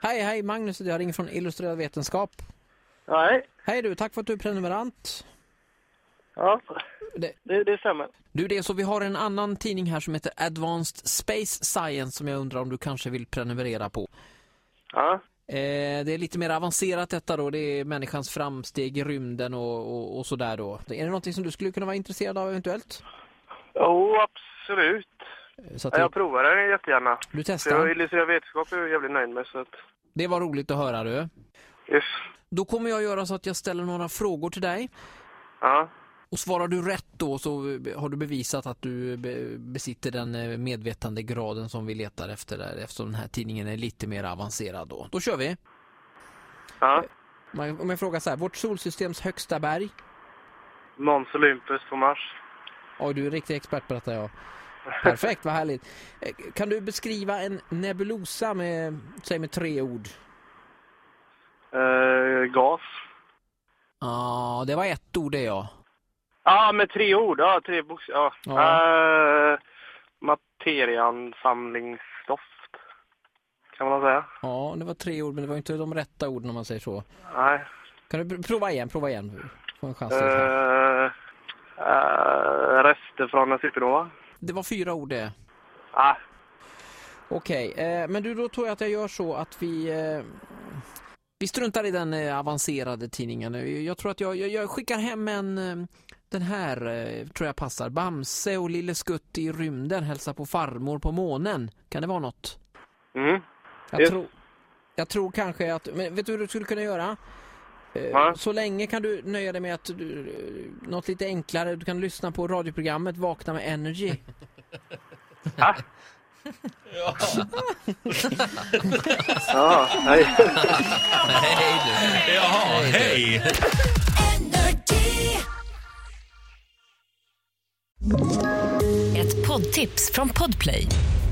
Hej, hej Magnus, jag ringer från Illustrerad Vetenskap. Nej, Hej du, tack för att du är prenumerant. ja, Det- det, det stämmer. Du, det är så vi har en annan tidning här som heter Advanced Space Science som jag undrar om du kanske vill prenumerera på. Ja, Eh, det är lite mer avancerat detta då, det är människans framsteg i rymden och, och, och sådär då. Är det någonting som du skulle kunna vara intresserad av eventuellt? oh, absolut. Så att Ja, jag du, provar det jättegärna. du Så jag testar. illustrerar vetenskap är jag jävligt nöjd med. Så att, Det var roligt att höra du. yes. Då kommer jag göra så att jag ställer några frågor till dig. Ja, Och svarar du rätt då så har du bevisat att du be- besitter den eh, medvetandegraden som vi letar efter där eftersom den här tidningen är lite mer avancerad då. Då kör vi! Eh. ja. Om jag- Om jag frågar så här, vårt solsystems högsta berg? Mons Olympus på Mars. Ja, du är riktig expert på detta ja. Perfekt, vad härligt! Eh, Kan du beskriva en nebulosa med, säg med tre ord? Eh, gas. Ja, det var ett ord det ja. Ja, med tre ord. Ja, tre bokstäver. Ja. Ja. Eh, materiansamlingsstoft, kan man säga. Ja, det var tre ord men det var inte de rätta orden om man säger så. Nej. Kan du pr- prova igen, prova igen? Få en chans till. här. Eh, eh, rester från en supernova. Det var fyra ord det. Ah, Okej, eh, men du då tror jag att jag gör så att vi... Eh, vi struntar i den eh, avancerade tidningen. nu. Jag tror att jag, jag, jag skickar hem en... Eh, den här eh, tror jag passar. Bamse och Lille Skutt i rymden hälsar på farmor på månen. Kan det vara något? Eh, mm. Jag, Ja. tror, jag tror kanske att... Men vet du hur du skulle kunna göra? Eh, Ja. Så länge kan du nöja dig med att du, eh, något lite enklare. Du kan lyssna på radioprogrammet Vakna med Energy. Ja, nej. Jaha, hej! Ett poddtips från Podplay.